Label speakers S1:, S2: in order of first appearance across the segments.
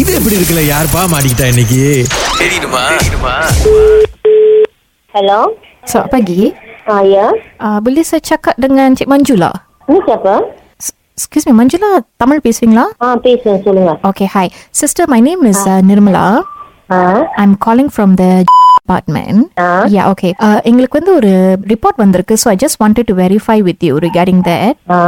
S1: இது எப்படி இருக்குல்ல யாருப்பா மாட்டிக்கிட்டா இன்னைக்கு
S2: Hello?
S3: Selamat pagi.
S2: Ah, ya?
S3: Uh, boleh saya cakap dengan Cik Manjula?
S2: Ni siapa?
S3: S- excuse me, Manjula Tamil பேசுவீங்களா?
S2: Ah, பேசுங்க சொல்லுங்க.
S3: Okay, hi. Sister, my name is uh, Nirmala.
S2: Ah
S3: I'm calling from the department.
S2: Ah.
S3: Yeah, okay. Uh, எங்களுக்கு வந்து ஒரு report வந்திருக்கு. So I just wanted to verify with you regarding that.
S2: Ah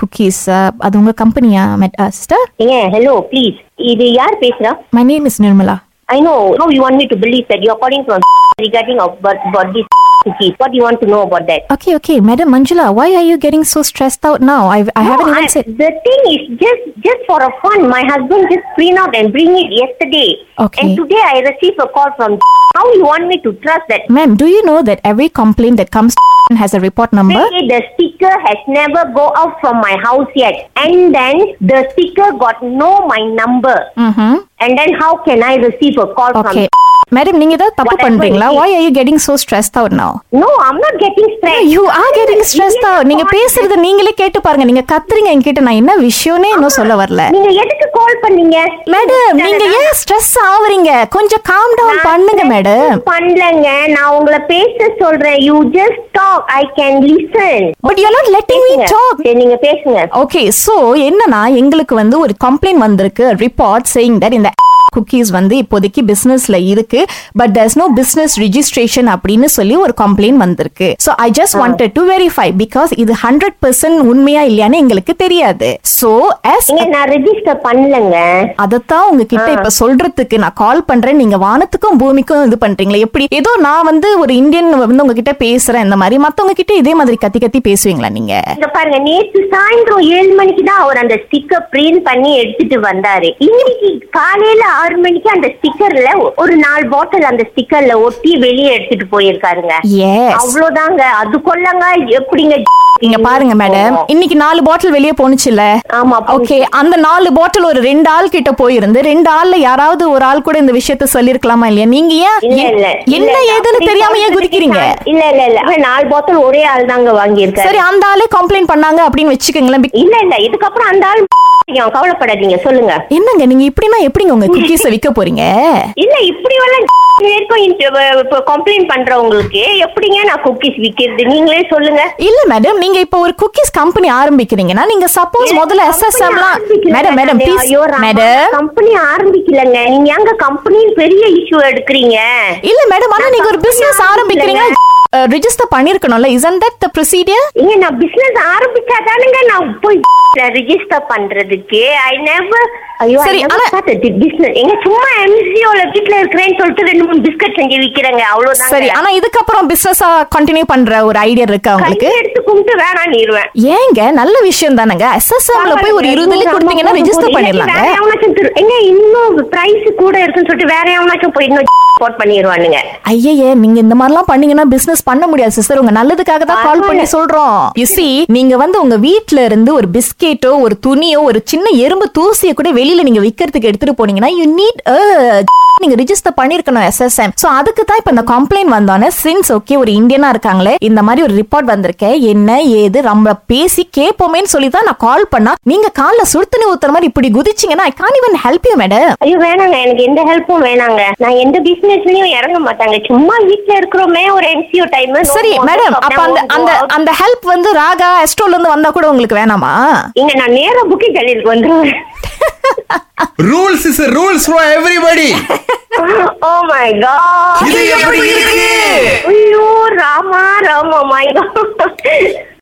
S3: Cookies, uh, அது உங்க கம்பெனியா uh, sister?
S2: ஏங்க hello please இது யார் பேசுறா
S3: My name is Nirmala.
S2: I know how you want me to believe that you're calling from regarding about about this cookies what you want to know about that
S3: Okay, okay. Madam Manjula, why are you getting so stressed out now? I, I haven't
S2: No,
S3: even
S2: I-
S3: said...
S2: the thing is just just for a fun my husband just print out and bring it yesterday
S3: Okay.
S2: and today I received a call from how you want me to trust that
S3: Ma'am, do you know that every complaint that comes to has a report number?
S2: Say the sticker has never go out from my house yet and then the sticker got know my number
S3: Mm-hmm.
S2: And then how can I receive a call
S3: okay madam நீங்க ஏதாவது தப்பு
S2: Whatever
S3: பண்றீங்களா
S2: it is.
S3: why are you getting so stressed out now
S2: from? No, I'm not getting stressed.
S3: you are getting stressed out நீங்க
S2: call-
S3: பேசுறது நீங்களே கேட்டு பாருங்க நீங்க கத்துறீங்க என்கிட்ட நான் என்ன விஷயம்னே இன்னும் சொல்ல வரல
S2: நீங்க எதுக்கு கால் பண்ணீங்க
S3: மேடம் நீங்க ஏன் ஸ்ட்ரெஸ் ஆவறீங்க கொஞ்சம் காம் டவுன்
S2: நான்
S3: பண்ணுங்க மேடம்
S2: பண்ணலங்க நான் உங்களை பேச சொல்றேன் you just talk I can listen
S3: but you not letting me talk
S2: சரி நீங்க பேசுங்க
S3: ஓகே சோ என்னன்னா எங்களுக்கு வந்து ஒரு கம்ப்ளைண்ட் வந்திருக்கு ரிப்போர்ட் சேயிங் தட் இந்த குக்கீஸ் வந்து இப்போதைக்கு பிசினஸ்ல இருக்கு but there's no business registration அப்படின்னு சொல்லி ஒரு கம்ப்ளைண்ட் வந்திருக்கு so I just wanted to verify because இது ஹண்ட்ரட் பர்சன்ட் உண்மையா இல்லையான்னு எங்களுக்கு தெரியாது சோ as
S2: நீங்க நான் ரெஜிஸ்டர் பண்ணலங்க
S3: அதத்தான் உங்ககிட்ட இப்ப சொல்றதுக்கு நான் கால் பண்றேன் நீங்க வானத்துக்கும் பூமிக்கும் இது பண்றீங்களே எப்படி ஏதோ நான் வந்து ஒரு இந்தியன் வந்து உங்ககிட்ட பேசுறேன் இந்த மாதிரி மத்தவங்க கிட்ட இதே மாதிரி கத்தி கத்தி பேசுவீங்களா நீங்க
S2: இங்க பாருங்க நேத்து சாயந்தரம் ஏழு மணிக்கு தான் அவர் அந்த ஸ்டிக்கர் பிரிண்ட் பண்ணி எடுத்துட்டு வந்தாரு இன்னைக்கு காலையில ஆறு மணிக்கு அந்த ஸ்டிக்கர்ல ஒரு நாலு பாட்டில் அந்த ஸ்டிக்கர்ல ஒட்டி வெளியே எடுத்துட்டு போயிருக்காருங்க
S3: எஸ்
S2: அவ்வளவுதாங்க அது கொல்லங்க எப்படிங்க
S3: இங்க பாருங்க மேடம் இன்னைக்கு நாலு பாட்டில் வெளியே போனுச்சுல்ல
S2: ஆமா
S3: ஓகே அந்த நாலு பாட்டில் ஒரு ரெண்டு ஆள் கிட்ட போயிருந்து ரெண்டு ஆள்ல யாராவது ஒரு ஆள் கூட இந்த விஷயத்த சொல்லிருக்கலாமா இல்லையா நீங்க ஏன்
S2: இல்ல இல்ல
S3: என்- என்ன ஏதுன்னு தெரியாம ஏன் குதிக்கிறீங்க
S2: இல்ல இல்ல இல்ல அவன் நாலு பாட்டில் ஒரே ஆள் தாங்க வாங்கியிருக்காரு
S3: சரி அந்த ஆளே கம்ப்ளைண்ட் பண்ணாங்க அப்படின்னு வச்சுக்கோங்களேன் பிக்-
S2: இல்ல இல்ல இதுக்கப்புறம் அந்த ஆள் தெரியும், கவலைப்படாதீங்க சொல்லுங்க
S3: என்னங்க நீங்க இப்படின்னா எப்படிங்க உங்க குக்கீஸ விக்க போறீங்க
S2: இல்ல இப்படி எல்லாம் இருக்கும் இப்போ கம்ப்ளைண்ட் பண்றவங்களுக்கு எப்படிங்க நான் குக்கீஸ் விக்கிறது நீங்களே சொல்லுங்க
S3: இல்ல மேடம் நீங்க இப்ப ஒரு குக்கீஸ் கம்பெனி ஆரம்பிக்கிறீங்கன்னா நீங்க சப்போஸ் முதல்ல SSM madam madam please madam
S2: company ஆரம்பிக்கலங்க நீங்க எங்க கம்பெனியும் பெரிய இஷ்யூ எடுக்கிறீங்க
S3: இல்ல மேடம் ஆனா நீங்க ஒரு பிசினஸ் ஆரம்பிக்கிறீங்க ரிஜிஸ்டர் பண்ணிருக்கணும்ல isn't that the procedure
S2: ஏங்க நான் பிசினஸ் ஆரம்பிச்சாதானுங்க நான் போய் ரெஜிஸ்டர் பண்றதுக்கு ஐ நெவர் ஐயோ
S3: சரி,
S2: சரி
S3: ஆனா-
S2: பிசினஸ் எங்க சும்மா எம்சிஓல வீட்ல இருக்கிறேன்னு சொல்லிட்டு ரெண்டு மூணு பிஸ்கட் செஞ்சு விக்கிறேங்க அவ்வளவுதான்
S3: சரி ஆனா இதுக்கப்புறம் பிசினஸா கண்டினியூ பண்ற ஒரு ஐடியா இருக்கா உங்களுக்கு
S2: கையில எடுத்து கும்பிட்டு வேணாம் நீருவேன்
S3: ஏங்க நல்ல விஷயம் தானங்க எஸ்எஸ்எம்ல போய் ஒரு இருபதுல கொடுத்தீங்கன்னா ரெஜிஸ்டர் பண்ணிடலாங்க
S2: வேற எவனாச்சும் திரு- ஏங்க இன்னும் பிரைஸ் கூட இருக்குன்னு சொல்லிட்டு வேற எவனாச்சும் போய் இன்னும் போட் பண்ணிடுவானுங்க
S3: ஐயையே நீங்க இந்த மாதிரிலாம் பண்ணீங்கன்னா பிசினஸ் பண்ண முடியாது சிஸ்டர் உங்க நல்லதுக்காக தான் கால் பண்ணி சொல்றோம் யூ see நீங்க வந்து உங்க வீட்ல இருந்து ஒரு பிஸ்கெட்டோ ஒரு துணியோ ஒரு சின்ன எறும்பு தூசியை கூட வெளியில நீங்க விக்கிறதுக்கு எடுத்துட்டு போனீங்கன்னா யூ நீட் நீங்க ரிஜிஸ்டர் பண்ணிருக்கணும் எஸ்எஸ்எம் சோ அதுக்கு தான் இப்ப இந்த கம்ப்ளைண்ட் வந்தோன்னே சின்ஸ் ஓகே ஒரு இந்தியனா இருக்காங்களே இந்த மாதிரி ஒரு ரிப்போர்ட் வந்திருக்கேன் என்ன ஏது நம்ம பேசி கேட்போமேன்னு சொல்லி தான் நான் கால் பண்ணா நீங்க கால்ல சுடுத்தண்ணி ஊத்துற மாதிரி இப்படி குதிச்சீங்கன்னா I Khan even help you madam
S2: ஐயோ வேணாங்க எனக்கு எந்த ஹெல்ப்பும் வேணாங்க நான் எந்த பிசினஸ்லயும் இறங்க மாட்டாங்க சும்மா வீட்ல இருக்கிறோமே ஒரு எம்சிஓ டைம்
S3: சரி மேடம் அப்ப அந்த அந்த அந்த ஹெல்ப் வந்து ராகா எஸ்ட்ரோல இருந்து வந்தா கூட உங்களுக்கு வேணாமா
S2: இங்க நான் நேர புக்கி கழிவுக்கு வந்துருவேன்
S1: rules is rules for everybody
S2: oh my God
S1: இது எப்படி இருக்கு
S2: ஐயோ ராமா ராமா மை